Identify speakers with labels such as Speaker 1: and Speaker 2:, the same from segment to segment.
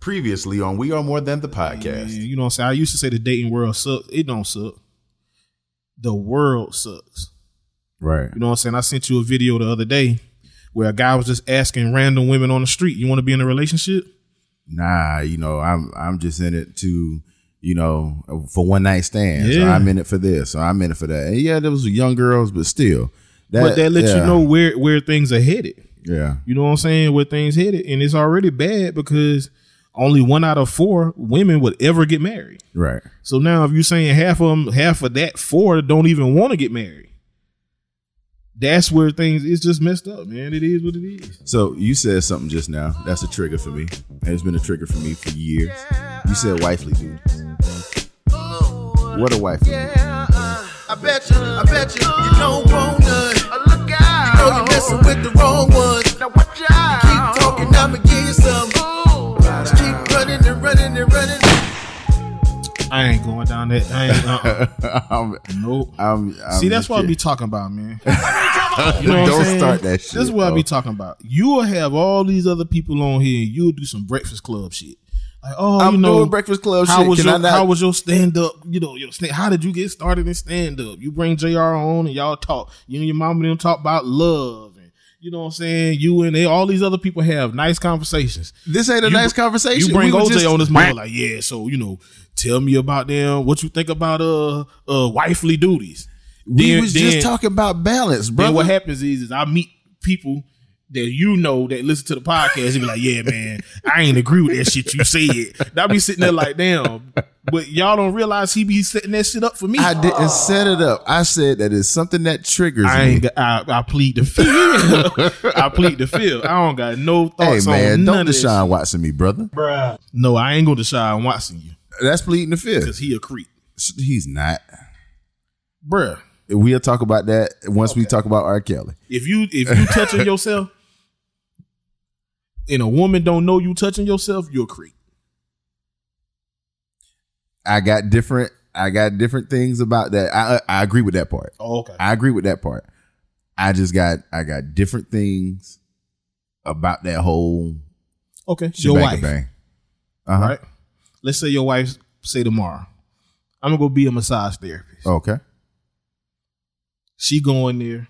Speaker 1: previously on We Are More Than the Podcast.
Speaker 2: Man, you know what I'm saying? I used to say the dating world sucks. It don't suck. The world sucks.
Speaker 1: Right.
Speaker 2: You know what I'm saying? I sent you a video the other day where a guy was just asking random women on the street, "You want to be in a relationship?"
Speaker 1: Nah, you know, I'm I'm just in it to, you know, for one night stands.
Speaker 2: Yeah.
Speaker 1: Or I'm in it for this. Or I'm in it for that. And yeah, there was young girls, but still. That,
Speaker 2: but that lets
Speaker 1: yeah,
Speaker 2: you know where where things are headed.
Speaker 1: Yeah.
Speaker 2: You know what I'm saying? Where things headed, and it's already bad because only one out of four women would ever get married.
Speaker 1: Right.
Speaker 2: So now, if you're saying half of them, half of that four don't even want to get married, that's where things it's just messed up, man. It is what it is.
Speaker 1: So you said something just now. That's a trigger for me. And it's been a trigger for me for years. You said wifely dude. What a wifely.
Speaker 3: I bet you, I bet you, you don't want none. Look out. You know you're messing with the wrong ones. Now watch out. Keep talking, I'ma give you some. Just keep running and running and running.
Speaker 2: I ain't going down that. I ain't. Uh-uh.
Speaker 1: I'm,
Speaker 2: nope.
Speaker 1: I'm, I'm
Speaker 2: See, that's what I
Speaker 1: legit.
Speaker 2: be talking about, man. You know what I'm
Speaker 1: Don't
Speaker 2: saying?
Speaker 1: start that shit.
Speaker 2: This is what I
Speaker 1: though.
Speaker 2: be talking about. You will have all these other people on here, and you'll do some Breakfast Club shit. Like, oh,
Speaker 1: I'm
Speaker 2: you know,
Speaker 1: doing Breakfast Club
Speaker 2: how
Speaker 1: shit.
Speaker 2: Was
Speaker 1: Can
Speaker 2: your,
Speaker 1: I not-
Speaker 2: How was your stand up? You know, your stand, how did you get started in stand up? You bring Jr. on, and y'all talk. You and your mom and them talk about love, and you know what I'm saying. You and they, all these other people have nice conversations.
Speaker 1: This ain't a
Speaker 2: You
Speaker 1: nice
Speaker 2: br-
Speaker 1: conversation.
Speaker 2: You bring
Speaker 1: We were
Speaker 2: OJ
Speaker 1: just-
Speaker 2: on this mother like, yeah, so you know, tell me about them. What you think about uh uh wifely duties?
Speaker 1: We
Speaker 2: Then-
Speaker 1: was
Speaker 2: then-
Speaker 1: just talking about balance, bro.
Speaker 2: then what happens is, is I meet people that you know that listen to the podcast and be like, yeah, man, I ain't agree with that shit you said. And I be sitting there like, damn, but y'all don't realize he be setting that shit up for me.
Speaker 1: I didn't set it up. I said that it's something that triggers
Speaker 2: I
Speaker 1: me.
Speaker 2: ain't. Got, I, I plead the fifth. I plead the fifth. I don't got no
Speaker 1: hey
Speaker 2: thoughts
Speaker 1: man,
Speaker 2: on none
Speaker 1: don't
Speaker 2: of this.
Speaker 1: Deshaun Watson me, brother.
Speaker 2: No, I ain't gonna Deshaun Watson you
Speaker 1: That's pleading the
Speaker 2: because
Speaker 1: fifth.
Speaker 2: he a creep,
Speaker 1: He's not.
Speaker 2: bruh.
Speaker 1: We'll talk about that once we talk about R. Kelly.
Speaker 2: If you if you touching yourself and a woman don't know you touching yourself, you're a creep.
Speaker 1: I got different. I got different things about that. I uh, I agree with that part.
Speaker 2: Oh, okay.
Speaker 1: I agree with that part. I just got I got different things about that whole
Speaker 2: Okay. Your wife.
Speaker 1: Uh huh.
Speaker 2: right? Let's say your wife say tomorrow, I'm gonna go be a massage therapist.
Speaker 1: Okay.
Speaker 2: She going there,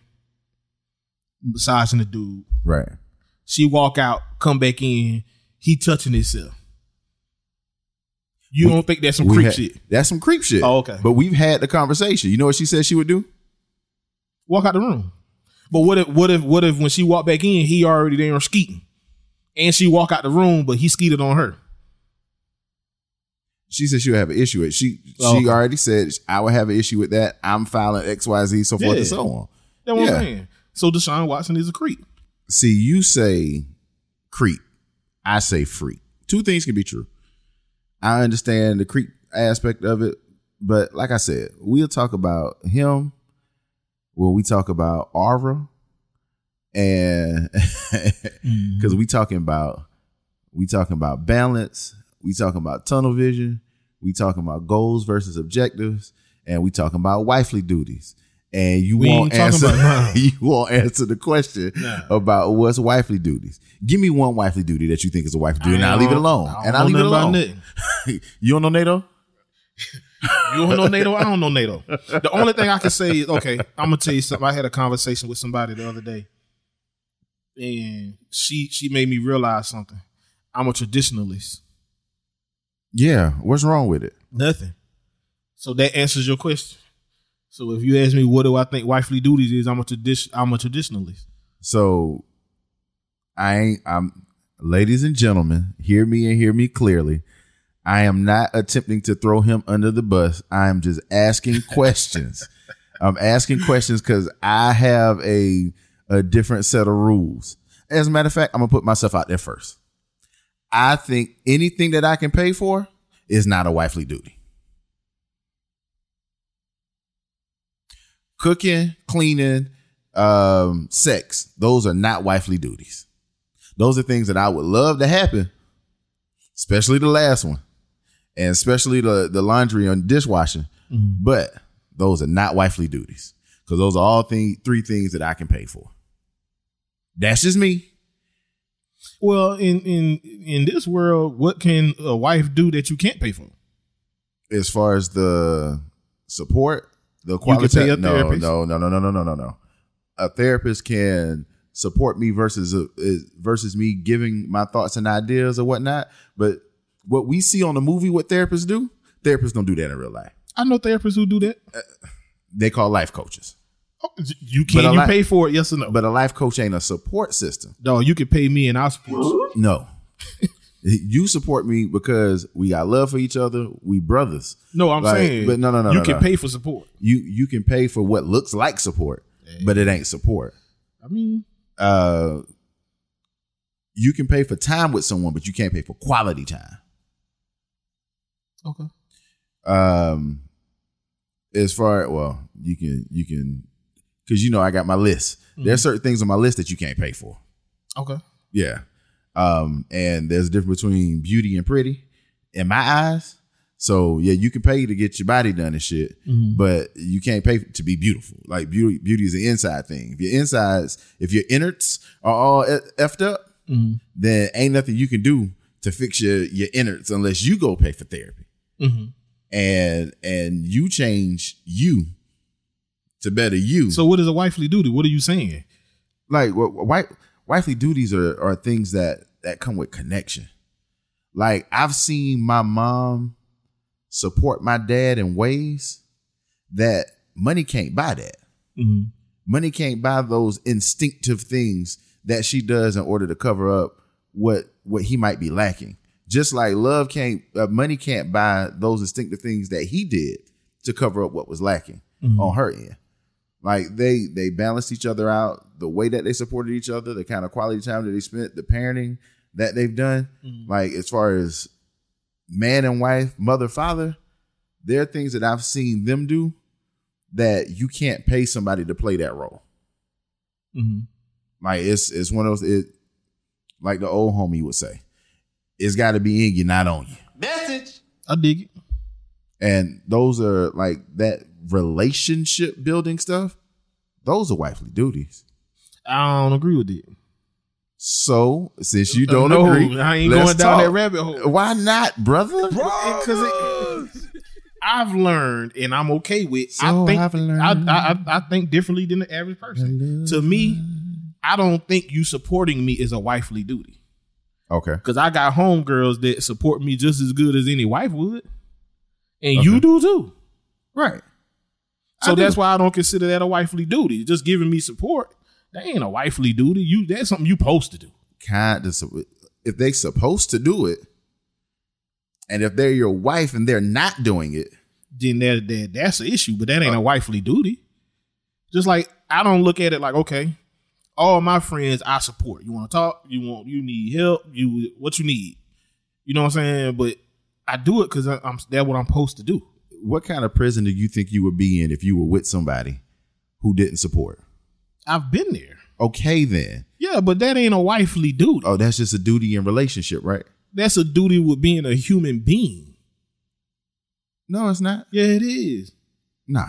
Speaker 2: massaging the dude.
Speaker 1: Right.
Speaker 2: She walk out, come back in. He touching himself. You
Speaker 1: We-
Speaker 2: don't think that's some
Speaker 1: We
Speaker 2: creep
Speaker 1: had-
Speaker 2: shit?
Speaker 1: That's some creep shit.
Speaker 2: Oh, okay.
Speaker 1: But we've had the conversation. You know what she said she would do?
Speaker 2: Walk out the room. But what if what if what if when she walk back in, he already there skeeting, and she walk out the room, but he skeeted on her.
Speaker 1: She said she would have an issue with it. She
Speaker 2: Oh,
Speaker 1: she
Speaker 2: okay.
Speaker 1: already said I would have an issue with that. I'm filing XYZ, so forth
Speaker 2: Yeah.
Speaker 1: and so on.
Speaker 2: That's what
Speaker 1: Yeah.
Speaker 2: I'm saying. So Deshaun Watson is a creep.
Speaker 1: See, you say creep. I say freak. Two things can be true. I understand the creep aspect of it, but like I said, we'll talk about him when we talk about Aura and
Speaker 2: Mm-hmm.
Speaker 1: because we talking about we talking about balance, we talking about tunnel vision, we talking about goals versus objectives, and we talking about wifely duties. And you
Speaker 2: We
Speaker 1: won't
Speaker 2: ain't
Speaker 1: answer
Speaker 2: talking about none.
Speaker 1: you won't answer the question
Speaker 2: Nah.
Speaker 1: about what's wifely duties. Give me one wifely duty that you think is a wifely duty, and
Speaker 2: I
Speaker 1: I'll leave it
Speaker 2: don't-
Speaker 1: alone.
Speaker 2: I don't
Speaker 1: And I'll
Speaker 2: know
Speaker 1: leave it
Speaker 2: nothing about
Speaker 1: alone.
Speaker 2: nothing.
Speaker 1: you don't know NATO?
Speaker 2: You don't know NATO. I don't know NATO. The only thing I can say is okay. I'm gonna tell you something. I had a conversation with somebody the other day, and she she made me realize something. I'm a traditionalist.
Speaker 1: Yeah. What's wrong with it?
Speaker 2: Nothing. So that answers your question. So if you ask me what do I think wifely duties is, I'm a tradition. I'm a traditionalist.
Speaker 1: So I ain't I'm ladies and gentlemen, hear me and hear me clearly. I am not attempting to throw him under the bus. I'm just asking questions. I'm asking questions because I have a a different set of rules. As a matter of fact, I'm gonna put myself out there first. I think anything that I can pay for is not a wifely duty. Cooking, cleaning, um, sex, those are not wifely duties. Those are things that I would love to happen, especially the last one, and especially the, the laundry and dishwashing. But those are not wifely duties because those are all thing, three things that I can pay for. That's just me.
Speaker 2: Well, in in in this world, what can a wife do that you can't pay for?
Speaker 1: as far as the support, the
Speaker 2: can
Speaker 1: quality.
Speaker 2: pay a
Speaker 1: no,
Speaker 2: therapist.
Speaker 1: no, no, no, no, no, no, no, no. A therapist can support me versus a, is- versus me giving my thoughts and ideas or whatnot. But what we see on the movie, what therapists do, therapists don't do that in real life.
Speaker 2: I know therapists who do that.
Speaker 1: They call life coaches,
Speaker 2: Oh, You
Speaker 1: But a
Speaker 2: can you
Speaker 1: lot-
Speaker 2: pay for it? Yes or no?
Speaker 1: but a life coach ain't a support system.
Speaker 2: No, you can pay me and I'll support you.
Speaker 1: No. You support me because we got love for each other. We brothers.
Speaker 2: No, I'm
Speaker 1: Like,
Speaker 2: saying,
Speaker 1: but no, no, no,
Speaker 2: you
Speaker 1: no,
Speaker 2: can
Speaker 1: no.
Speaker 2: pay for support.
Speaker 1: You you can pay for what looks like support, but it ain't support.
Speaker 2: I mean,
Speaker 1: uh, you can pay for time with someone, but you can't pay for quality time.
Speaker 2: okay.
Speaker 1: Um, as far well, you can you can because you know I got my list. There's certain things on my list that you can't pay for.
Speaker 2: Okay.
Speaker 1: Yeah. Um, and there's a difference between beauty and pretty in my eyes. So yeah, you can pay to get your body done and shit, but you can't pay to be beautiful. Like beauty, beauty is an inside thing. If your insides, if your innards are all e- effed up, then ain't nothing you can do to fix your your innards unless you go pay for therapy and and you change you to better you.
Speaker 2: So, what is a wifely duty? What are you saying?
Speaker 1: like wh- wh- wife, wifely duties are are things that that come with connection. Like I've seen my mom support my dad in ways that money can't buy that.
Speaker 2: Mhm.
Speaker 1: Money can't buy those instinctive things that she does in order to cover up what what he might be lacking. Just like love can't, uh, money can't buy those instinctive things that he did to cover up what was lacking on her end. Like they they balanced each other out, the way that they supported each other, the kind of quality time that they spent, the parenting that they've done. Like as far as man and wife, mother father, there are things that I've seen them do that you can't pay somebody to play that role.
Speaker 2: Mhm.
Speaker 1: Like it's it's one of those it like the old homie would say, it's got to be in you, not on you.
Speaker 3: Message.
Speaker 2: I dig it.
Speaker 1: And those are like that relationship building stuff. Those are wifely duties.
Speaker 2: I don't agree with it.
Speaker 1: So since you don't
Speaker 2: No,
Speaker 1: agree,
Speaker 2: I ain't
Speaker 1: let's
Speaker 2: going down
Speaker 1: talk.
Speaker 2: that rabbit hole.
Speaker 1: Why not, brother?
Speaker 2: because I've learned and I'm okay with.
Speaker 1: So
Speaker 2: I think
Speaker 1: I've learned.
Speaker 2: I, I, I, I think differently than the average person. To me, I don't think you supporting me is a wifely duty
Speaker 1: Okay.
Speaker 2: because I got homegirls that support me just as good as any wife would, and you do too.
Speaker 1: Right.
Speaker 2: So
Speaker 1: I do.
Speaker 2: that's why I don't consider that a wifely duty. Just giving me support, that ain't a wifely duty. You that's something you supposed to do.
Speaker 1: Kind of. sup- If they supposed to do it, and if they're your wife and they're not doing it,
Speaker 2: then that, that that's an issue, but that ain't a wifely duty. Just like I don't look at it like, okay, all my friends I support. You want to talk, you want you need help, you what you need. You know what I'm saying? But I do it because I'm that's what I'm supposed to do.
Speaker 1: what kind of prison do you think you would be in if you were with somebody who didn't support?
Speaker 2: I've been there.
Speaker 1: Okay, then.
Speaker 2: Yeah, but that ain't a wifely duty.
Speaker 1: Oh, that's just a duty in relationship, right?
Speaker 2: That's a duty with being a human being.
Speaker 1: No, it's not.
Speaker 2: Yeah, it is.
Speaker 1: Nah,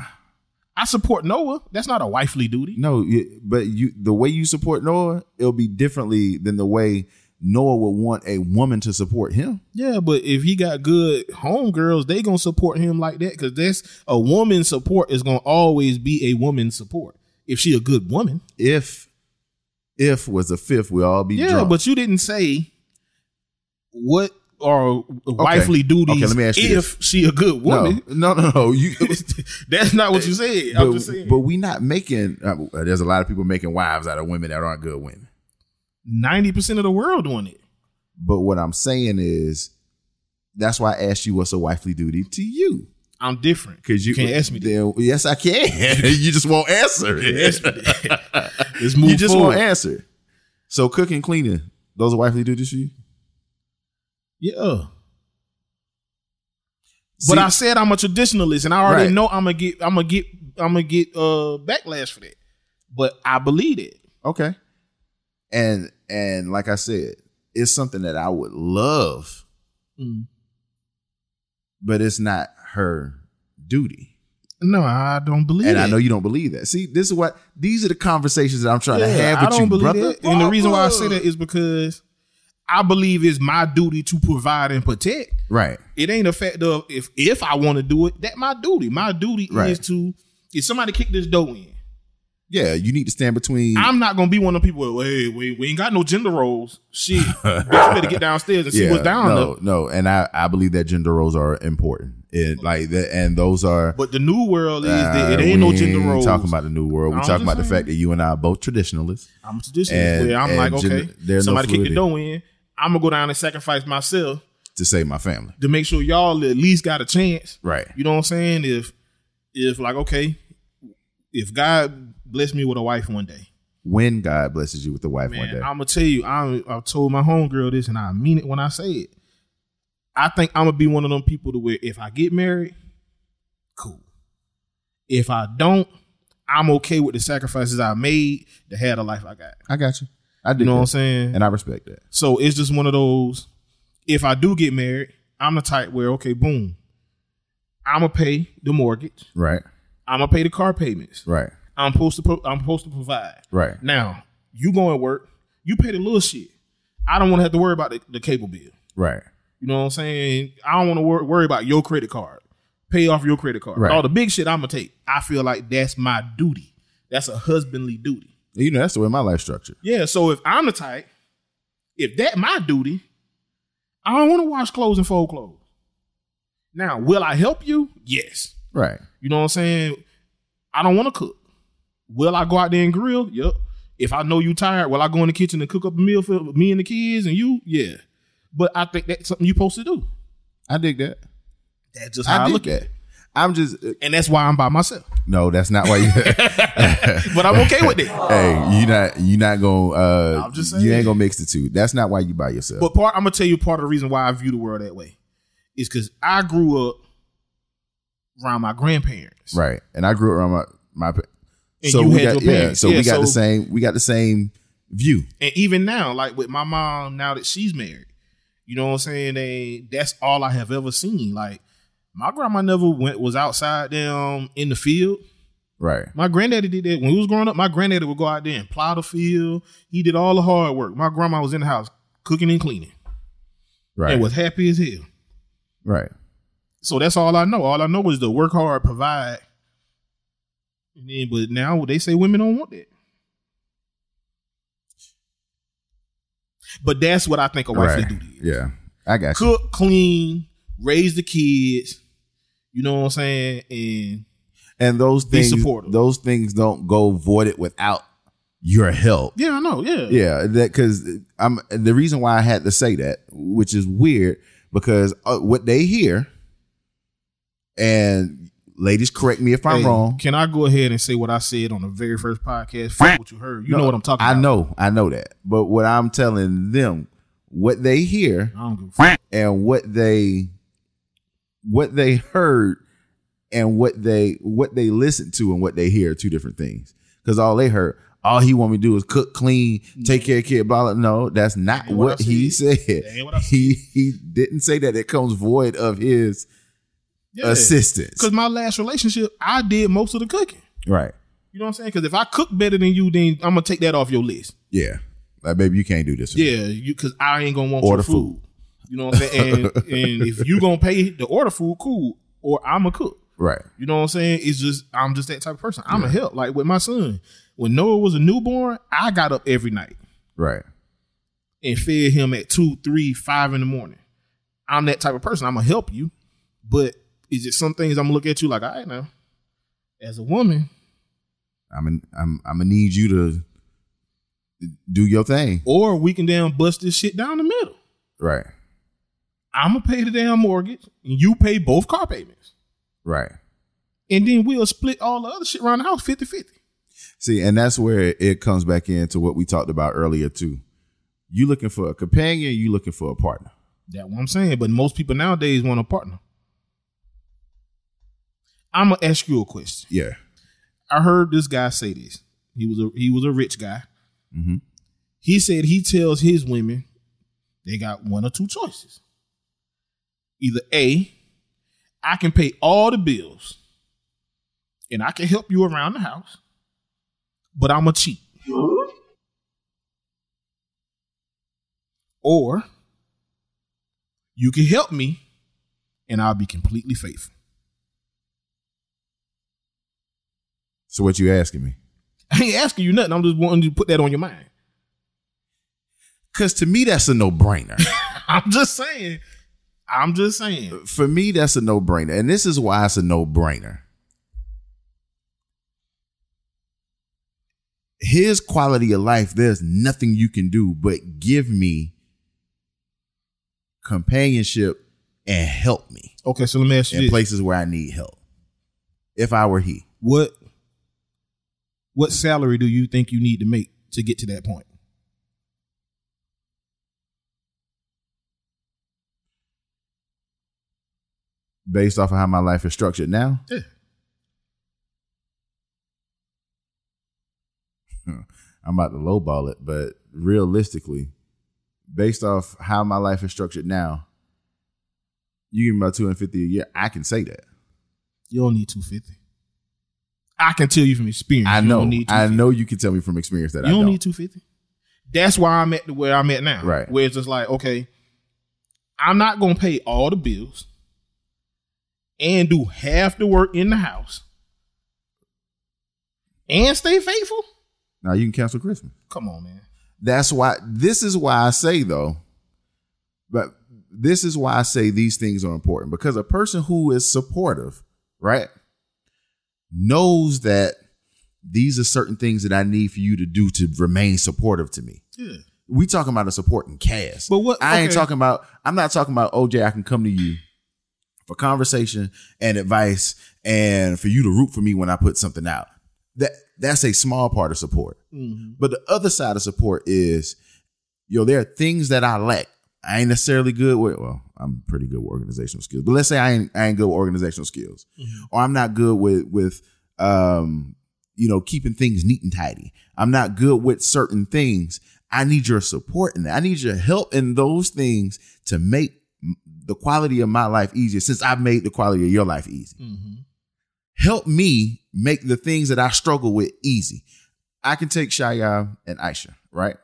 Speaker 2: I support Noah. That's not a wifely duty.
Speaker 1: no. you- But you, the way you support Noah, it'll be differently than the way Noah would want a woman to support him.
Speaker 2: Yeah, but if he got good homegirls, they gonna support him like that because that's a woman's support is gonna always be a woman's support if she a good woman.
Speaker 1: If, if was the fifth, we all be
Speaker 2: Yeah,
Speaker 1: drunk.
Speaker 2: but you didn't say what are wifely duties
Speaker 1: Okay, let me ask you
Speaker 2: if she a good
Speaker 1: no,
Speaker 2: woman.
Speaker 1: no, no, no. You,
Speaker 2: that's not what you said. I'm just
Speaker 1: but,
Speaker 2: saying.
Speaker 1: but we not making. Uh, there's a lot of people making wives out of women that aren't good women.
Speaker 2: Ninety percent of the world doing it.
Speaker 1: But what I'm saying is, that's why I asked you what's a wifely duty to you.
Speaker 2: I'm different
Speaker 1: Because you
Speaker 2: can't ask me. That.
Speaker 1: Then, yes, I can. you just won't answer it.
Speaker 2: Ask me that. Let's move
Speaker 1: you just
Speaker 2: forward.
Speaker 1: won't answer. it. So cooking, cleaning, those are wifely duties for you.
Speaker 2: yeah.
Speaker 1: See,
Speaker 2: But I said I'm a traditionalist, and I already
Speaker 1: Right.
Speaker 2: know I'm gonna get, I'm gonna get, I'm gonna get uh backlash for that. But I believe it.
Speaker 1: okay. And and like I said, it's something that I would love,
Speaker 2: Mm.
Speaker 1: but it's not her duty.
Speaker 2: No, I don't believe
Speaker 1: And
Speaker 2: it.
Speaker 1: I know you don't believe that. See, this is what these are the conversations that I'm trying to have with
Speaker 2: I don't
Speaker 1: you,
Speaker 2: believe
Speaker 1: brother.
Speaker 2: it. And the reason why I say that is because I believe it's my duty to provide and protect.
Speaker 1: Right.
Speaker 2: It ain't a fact of if if I want to do it, that my duty. My duty
Speaker 1: Right.
Speaker 2: is to if somebody kick this door in.
Speaker 1: Yeah, you need to stand between.
Speaker 2: I'm not gonna be one of them people. Hey, we, we ain't got no gender roles. Shit, bitch, you better get downstairs and see
Speaker 1: yeah,
Speaker 2: what's down
Speaker 1: no,
Speaker 2: there.
Speaker 1: no, and I, I believe that gender roles are important. It like that, and those are.
Speaker 2: But the new world is
Speaker 1: uh,
Speaker 2: that it
Speaker 1: we
Speaker 2: ain't no gender roles.
Speaker 1: Talking about the new world, we
Speaker 2: I'm
Speaker 1: talking
Speaker 2: just
Speaker 1: about the
Speaker 2: saying.
Speaker 1: fact that you and I are both traditionalists.
Speaker 2: I'm traditionalist.
Speaker 1: And-
Speaker 2: where I'm
Speaker 1: and
Speaker 2: like,
Speaker 1: gender-
Speaker 2: okay,
Speaker 1: there's no
Speaker 2: somebody kick the
Speaker 1: fluidity.
Speaker 2: door in. I'm gonna go down and sacrifice myself
Speaker 1: to save my family.
Speaker 2: to make sure y'all at least got a chance.
Speaker 1: Right.
Speaker 2: You know what I'm saying? If if like okay, if God bless me with a wife one day,
Speaker 1: When God blesses you with a wife one
Speaker 2: man,
Speaker 1: day.
Speaker 2: I'm gonna tell you. I I told my homegirl this, and I mean it when I say it. I think I'm gonna be one of them people to where if I get married, cool. If I don't, I'm okay with the sacrifices I made to have the life I got.
Speaker 1: I got you. I do.
Speaker 2: You know what I'm
Speaker 1: that.
Speaker 2: saying?
Speaker 1: And I respect that.
Speaker 2: So it's just one of those. If I do get married, I'm the type where okay, boom, I'm gonna pay the mortgage.
Speaker 1: Right.
Speaker 2: I'm gonna pay the car payments.
Speaker 1: Right.
Speaker 2: I'm supposed to. Pro- I'm supposed to provide.
Speaker 1: Right.
Speaker 2: Now you going to work. You pay the little shit. I don't want to have to worry about the, the cable bill.
Speaker 1: Right.
Speaker 2: You know what I'm saying? I don't want to wor- worry about your credit card. Pay off your credit card.
Speaker 1: Right.
Speaker 2: All the big shit I'm gonna take. I feel like that's my duty. That's a husbandly duty.
Speaker 1: You know, that's the way my life structured.
Speaker 2: Yeah. So if I'm the type, if that my duty, I don't want to wash clothes and fold clothes. Now, will I help you? Yes.
Speaker 1: Right.
Speaker 2: You know what I'm saying? I don't want to cook. Will I go out there and grill? Yep. If I know you tired, will I go in the kitchen and cook up a meal for me and the kids and you? Yeah. But I think that's something you're supposed to do.
Speaker 1: I dig that.
Speaker 2: That's just how I,
Speaker 1: I, dig
Speaker 2: look at it.
Speaker 1: that. I'm just uh,
Speaker 2: And that's why I'm by myself.
Speaker 1: no. That's not why you.
Speaker 2: But I'm okay with it.
Speaker 1: hey, you not you not gonna. Uh,
Speaker 2: I'm just
Speaker 1: You
Speaker 2: saying.
Speaker 1: ain't gonna mix the two. That's not why you by yourself.
Speaker 2: But part I'm gonna tell you part of the reason why I view the world that way is because I grew up around my grandparents.
Speaker 1: right. And I grew up around my my. pa-
Speaker 2: And you
Speaker 1: we
Speaker 2: had
Speaker 1: got
Speaker 2: your parents.
Speaker 1: so
Speaker 2: Yeah,
Speaker 1: we got
Speaker 2: so-
Speaker 1: the same. We got the same view.
Speaker 2: And even now, like with my mom, now that she's married, you know what I'm saying? They that's all I have ever seen. Like my grandma never went was outside them in the field.
Speaker 1: Right.
Speaker 2: My granddaddy did that when we was growing up. My granddaddy would go out there and plow the field. He did all the hard work. My grandma was in the house cooking and cleaning
Speaker 1: Right.
Speaker 2: and was happy as hell.
Speaker 1: right.
Speaker 2: So that's all I know. All I know is to work hard, provide. And then, but now they say women don't want that. But that's what I think a wifely
Speaker 1: Right.
Speaker 2: duty is.
Speaker 1: Yeah. I got you.
Speaker 2: Cook, clean, raise the kids. You know what I'm saying? And
Speaker 1: And those
Speaker 2: Be
Speaker 1: things.
Speaker 2: supportive.
Speaker 1: Those things don't go voided without your help.
Speaker 2: yeah, I know. Yeah.
Speaker 1: Yeah, that because I'm the reason why I had to say that, which is weird because uh, what they hear, and ladies, correct me if I'm
Speaker 2: Hey,
Speaker 1: wrong.
Speaker 2: Can I go ahead and say what I said on the very first podcast? Fuck what you heard. You know what I'm talking
Speaker 1: I
Speaker 2: about.
Speaker 1: know, I know that. But what I'm telling them, what they hear
Speaker 2: I don't give a fuck.
Speaker 1: and what they, what they heard, and what they what they listen to and what they hear are two different things. Because all they heard, all he want me to do is cook, clean, take care of kid, blah blah. No, that's not
Speaker 2: ain't what
Speaker 1: what
Speaker 2: I
Speaker 1: he said.
Speaker 2: That ain't what I said.
Speaker 1: he he didn't say that it comes void of his assistance.
Speaker 2: Because my last relationship, I did most of the cooking.
Speaker 1: Right.
Speaker 2: You know what I'm saying? Because if I cook better than you, then I'm gonna take that off your list.
Speaker 1: Yeah. Like baby, you can't do this. for me.
Speaker 2: Yeah, you because I ain't gonna want your
Speaker 1: Order
Speaker 2: food.
Speaker 1: food.
Speaker 2: You know what I'm saying? And, and if you gonna pay the order food, cool. Or I'm a cook.
Speaker 1: Right.
Speaker 2: You know what I'm saying? It's just I'm just that type of person. I'm a help. Like with my son, when Noah was a newborn, I got up every night
Speaker 1: Right.
Speaker 2: and fed him at two, three, five in the morning. I'm that type of person. I'm gonna help you, but is it some things I'm gonna look at you like, all right now, as a woman,
Speaker 1: I'm an, I'm I'm gonna need you to do your thing.
Speaker 2: or we can damn bust this shit down the middle.
Speaker 1: Right.
Speaker 2: I'm gonna pay the damn mortgage, and you pay both car payments,
Speaker 1: Right.
Speaker 2: and then we'll split all the other shit around the house 50-50.
Speaker 1: See, and that's where it, it comes back into what we talked about earlier too. You looking for a companion? You looking for a partner?
Speaker 2: That's what I'm saying. But most people nowadays want a partner. I'm gonna ask you a question.
Speaker 1: Yeah.
Speaker 2: I heard this guy say this. He was a he was a rich guy.
Speaker 1: hmm
Speaker 2: He said he tells his women they got one or two choices. Either A, I can pay all the bills and I can help you around the house, but I'm a cheat. Or you can help me and I'll be completely faithful.
Speaker 1: So what you asking me?
Speaker 2: I ain't asking you nothing. I'm just wanting you to put that on your mind.
Speaker 1: Because to me, that's a no brainer.
Speaker 2: I'm just saying. I'm just saying.
Speaker 1: For me, that's a no brainer. And this is why it's a no brainer. His quality of life, there's nothing you can do but give me companionship and help me
Speaker 2: Okay, so let me ask you
Speaker 1: in
Speaker 2: this.
Speaker 1: places where I need help. If I were he,
Speaker 2: what what salary do you think you need to make to get to that point?
Speaker 1: based off of how my life is structured now,
Speaker 2: Yeah.
Speaker 1: I'm about to lowball it, but realistically, based off how my life is structured now, you give me about two hundred fifty a year. I can say that.
Speaker 2: You don't need two fifty. I can tell you from experience.
Speaker 1: I
Speaker 2: you
Speaker 1: know.
Speaker 2: Don't need
Speaker 1: I
Speaker 2: 250.
Speaker 1: know you can tell me from experience that
Speaker 2: You
Speaker 1: I
Speaker 2: don't,
Speaker 1: don't.
Speaker 2: need two fifty. That's why I'm at where I'm at now.
Speaker 1: Right.
Speaker 2: Where it's just like, okay, I'm not gonna pay all the bills and do half the work in the house and stay faithful.
Speaker 1: now you can cancel Christmas.
Speaker 2: Come on, man.
Speaker 1: That's why. This is why I say though, but this is why I say these things are important because a person who is supportive, right, knows that these are certain things that I need for you to do to remain supportive to me.
Speaker 2: Yeah.
Speaker 1: We talking about a supporting cast.
Speaker 2: But what-
Speaker 1: I ain't
Speaker 2: okay.
Speaker 1: talking about. I'm not talking about OJ. I can come to you for conversation and advice, and for you to root for me when I put something out. That that's a small part of support.
Speaker 2: Mm-hmm.
Speaker 1: But the other side of support is, yo, there are things that I lack. I ain't necessarily good with. Well, I'm pretty good with organizational skills, but let's say I ain't I ain't good with organizational skills, or I'm not good with with um you know keeping things neat and tidy. I'm not good with certain things. I need your support in that. I need your help in those things to make m- the quality of my life easier. Since I've made the quality of your life easy,
Speaker 2: Mm-hmm.
Speaker 1: help me make the things that I struggle with easy. I can take Shia and Aisha, right?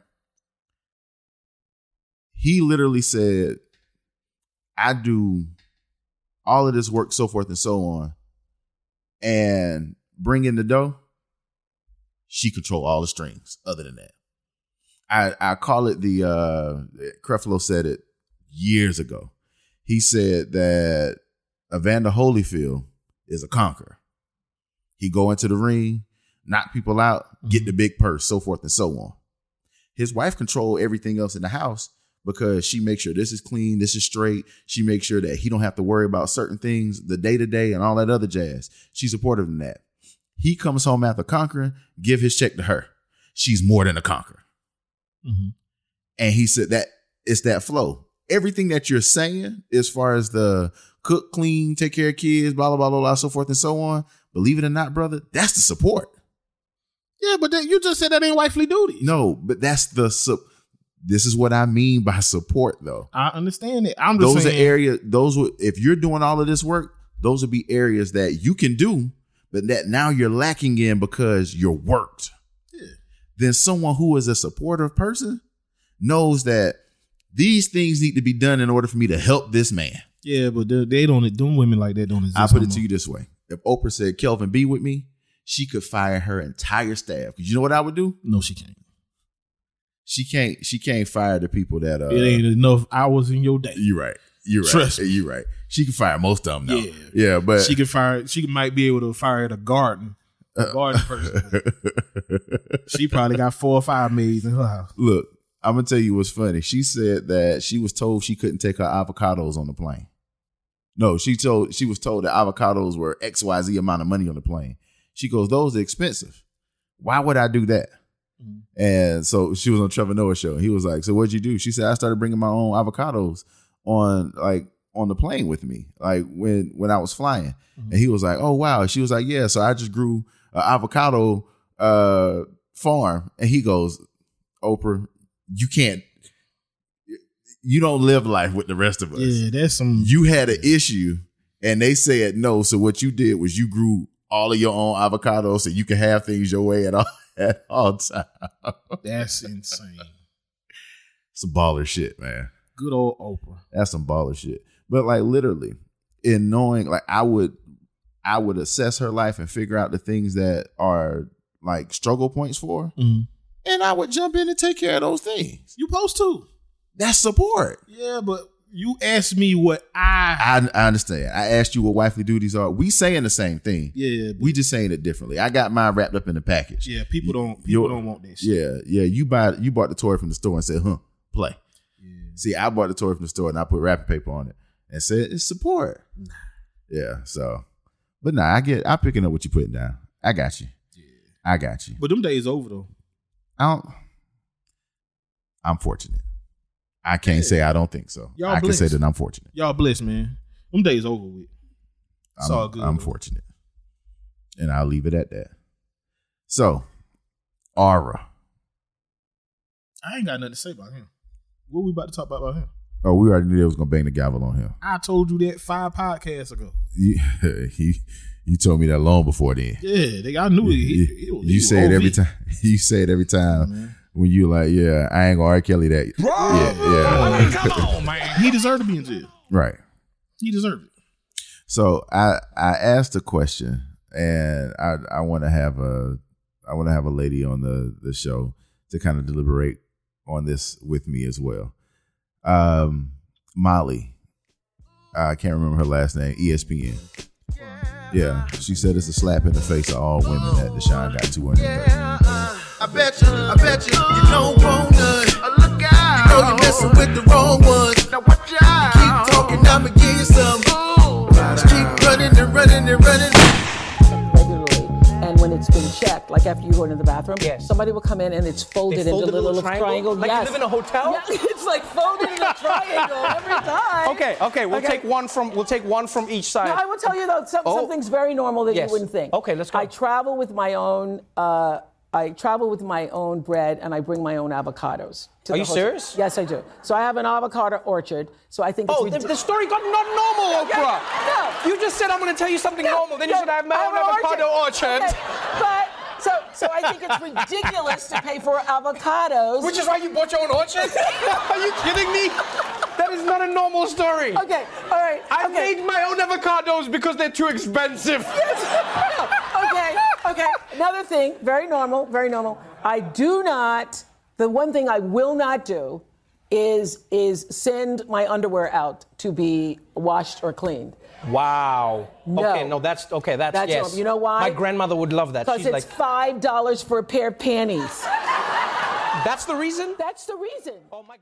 Speaker 1: He literally said, I do all of this work, so forth and so on, and bring in the dough. She control all the strings other than that. I, I call it the uh Creflo said it years ago. He said that Evander Holyfield is a conqueror. He go into the ring, knock people out, get the big purse, so forth and so on. His wife control everything else in the house because she makes sure this is clean, this is straight. She makes sure that he don't have to worry about certain things, the day to day and all that other jazz. She's supportive in that. He comes home after conquering, give his check to her. She's more than a conqueror.
Speaker 2: Mm-hmm.
Speaker 1: And he said that it's that flow. Everything that you're saying, as far as the cook, clean, take care of kids, blah, blah, blah, blah, blah, so forth and so on, believe it or not, brother, that's the support.
Speaker 2: Yeah, but that, you just said that ain't wifely duty.
Speaker 1: No, but that's the sup. This is what I mean by support, though.
Speaker 2: I understand it. I'm just
Speaker 1: Those are
Speaker 2: saying.
Speaker 1: areas. Those would if you're doing all of this work, those would be areas that you can do, but that now you're lacking in because you're worked. Then someone who is a supportive person knows that these things need to be done in order for me to help this man.
Speaker 2: yeah, but they, they don't. Them women like that don't exist.
Speaker 1: I put
Speaker 2: no
Speaker 1: it to
Speaker 2: more.
Speaker 1: you this way: If Oprah said Kelvin be with me, she could fire her entire staff. Because you know what I would do?
Speaker 2: No, she can't.
Speaker 1: She can't. She can't fire the people that. Uh,
Speaker 2: it ain't enough hours in your day.
Speaker 1: You're right. You're right.
Speaker 2: Trust me.
Speaker 1: You're right. She can fire most of them now.
Speaker 2: Yeah.
Speaker 1: Yeah, but
Speaker 2: She can fire. She might be able to fire at a garden,
Speaker 1: Uh.
Speaker 2: a garden person. she probably got four or five maids in her house.
Speaker 1: look, I'm gonna tell you what's funny. She said that she was told she couldn't take her avocados on the plane. No, she told she was told that avocados were X Y Z amount of money on the plane. She goes, those are expensive. Why would I do that? And so she was on Trevor Noah's show. And he was like, so what'd you do? She said, I started bringing my own avocados on like on the plane with me, like when when I was flying. And he was like, oh wow. She was like, yeah. So I just grew an avocado uh, farm. And he goes, Oprah, you can't, you don't live life with the rest of us.
Speaker 2: Yeah, that's some.
Speaker 1: You had an issue and they said no. So what you did was you grew all of your own avocados so you can have things your way at all at all times.
Speaker 2: that's insane.
Speaker 1: some baller shit, man.
Speaker 2: Good old Oprah.
Speaker 1: That's some baller shit. But like literally, in knowing like I would I would assess her life and figure out the things that are like struggle points for, and I would jump in and take care of those things.
Speaker 2: You post to.
Speaker 1: That's support.
Speaker 2: Yeah, but you asked me what I.
Speaker 1: I, I understand. I asked you what wifely duties are. We saying the same thing.
Speaker 2: Yeah, but
Speaker 1: We just saying it differently. I got mine wrapped up in the package.
Speaker 2: yeah. People don't. People
Speaker 1: You're-
Speaker 2: don't want this.
Speaker 1: yeah, yeah. You buy you bought the toy from the store and said, "Huh, play." See, I bought the toy from the store and I put wrapping paper on it and said it's support. Yeah, so, but nah, I get. I'm picking up what you putting down. I got you. I got you.
Speaker 2: But them days over though.
Speaker 1: I don't. I'm fortunate. I can't say I don't think so.
Speaker 2: Y'all
Speaker 1: I can say
Speaker 2: blessed.
Speaker 1: that I'm fortunate.
Speaker 2: Y'all blessed, man. Them days over with. It's
Speaker 1: I'm,
Speaker 2: all good,
Speaker 1: I'm
Speaker 2: though.
Speaker 1: fortunate, and I'll leave it at that. So, Aura.
Speaker 2: I ain't got nothing to say about him. What we about to talk about about him?
Speaker 1: Oh, we already knew they was gonna bang the gavel on him.
Speaker 2: I told you that five podcasts ago.
Speaker 1: You, you, you told me that long before then.
Speaker 2: Yeah, they, I knew it. He-
Speaker 1: you
Speaker 2: he was- he
Speaker 1: you
Speaker 2: was
Speaker 1: say it every
Speaker 2: OV.
Speaker 1: time. You say it every time
Speaker 2: Man.
Speaker 1: when you like, yeah, I ain't gonna R. Kelly that. Yeah, yeah,
Speaker 2: He deserved to be in jail.
Speaker 1: right.
Speaker 2: He deserved it.
Speaker 1: So I I asked a question, and I I want to have a I want to have a lady on the the show to kind of deliberate on this with me as well. Um, Molly, I can't remember her last name. E ESPN. Yeah, she said it's a slap in the face of all women that Deshaun got 230.
Speaker 3: uh, I bet you, I bet you, you don't want none. Look out. You know you're messing with the wrong ones. Now watch out. Keep talking, I'ma give you some. Just keep running and running and running.
Speaker 4: regularly. And when it's been checked, like after you go into the bathroom, somebody will come in and it's folded,
Speaker 5: fold
Speaker 4: into
Speaker 5: it in a
Speaker 4: little,
Speaker 5: little triangle? Like you
Speaker 4: yes.
Speaker 5: live in a hotel?
Speaker 4: Yeah, it's like folded in a triangle every time.
Speaker 5: Okay, okay, we'll take one from we'll take one from each side.
Speaker 4: No, I will tell you though, some,
Speaker 5: Oh.
Speaker 4: something's very normal that
Speaker 5: Yes.
Speaker 4: you wouldn't think.
Speaker 5: Okay, let's go.
Speaker 4: I travel with my own. Uh, I travel with my own bread and I bring my own avocados. To the
Speaker 5: Are you
Speaker 4: hotel.
Speaker 5: serious?
Speaker 4: Yes, I do. So I have an avocado orchard. So I think.
Speaker 5: Oh,
Speaker 4: it's
Speaker 5: the,
Speaker 4: ridic-
Speaker 5: the story got not normal,
Speaker 4: Yeah,
Speaker 5: Oprah.
Speaker 4: yeah, no.
Speaker 5: You just said I'm going to tell you something normal. Then you
Speaker 4: no,
Speaker 5: said I have my
Speaker 4: I
Speaker 5: own
Speaker 4: have an
Speaker 5: avocado orchard,
Speaker 4: Okay, But so, so I think it's ridiculous to pay for avocados.
Speaker 5: which is why you bought your own orchard. Are you kidding me? That is not a normal story.
Speaker 4: okay. All right.
Speaker 5: I
Speaker 4: okay.
Speaker 5: made my own avocados because they're too expensive.
Speaker 4: okay, okay. Another thing, very normal, very normal. I do not. The one thing I will not do is is send my underwear out to be washed or cleaned.
Speaker 5: Wow.
Speaker 4: No.
Speaker 5: Okay, no, that's okay. That's,
Speaker 4: That's
Speaker 5: yes.
Speaker 4: normal. You know why?
Speaker 5: My grandmother would love that.
Speaker 4: Because
Speaker 5: She's
Speaker 4: it's
Speaker 5: like,
Speaker 4: five dollars for a pair of panties.
Speaker 5: that's the reason.
Speaker 4: That's the reason.
Speaker 5: Oh my.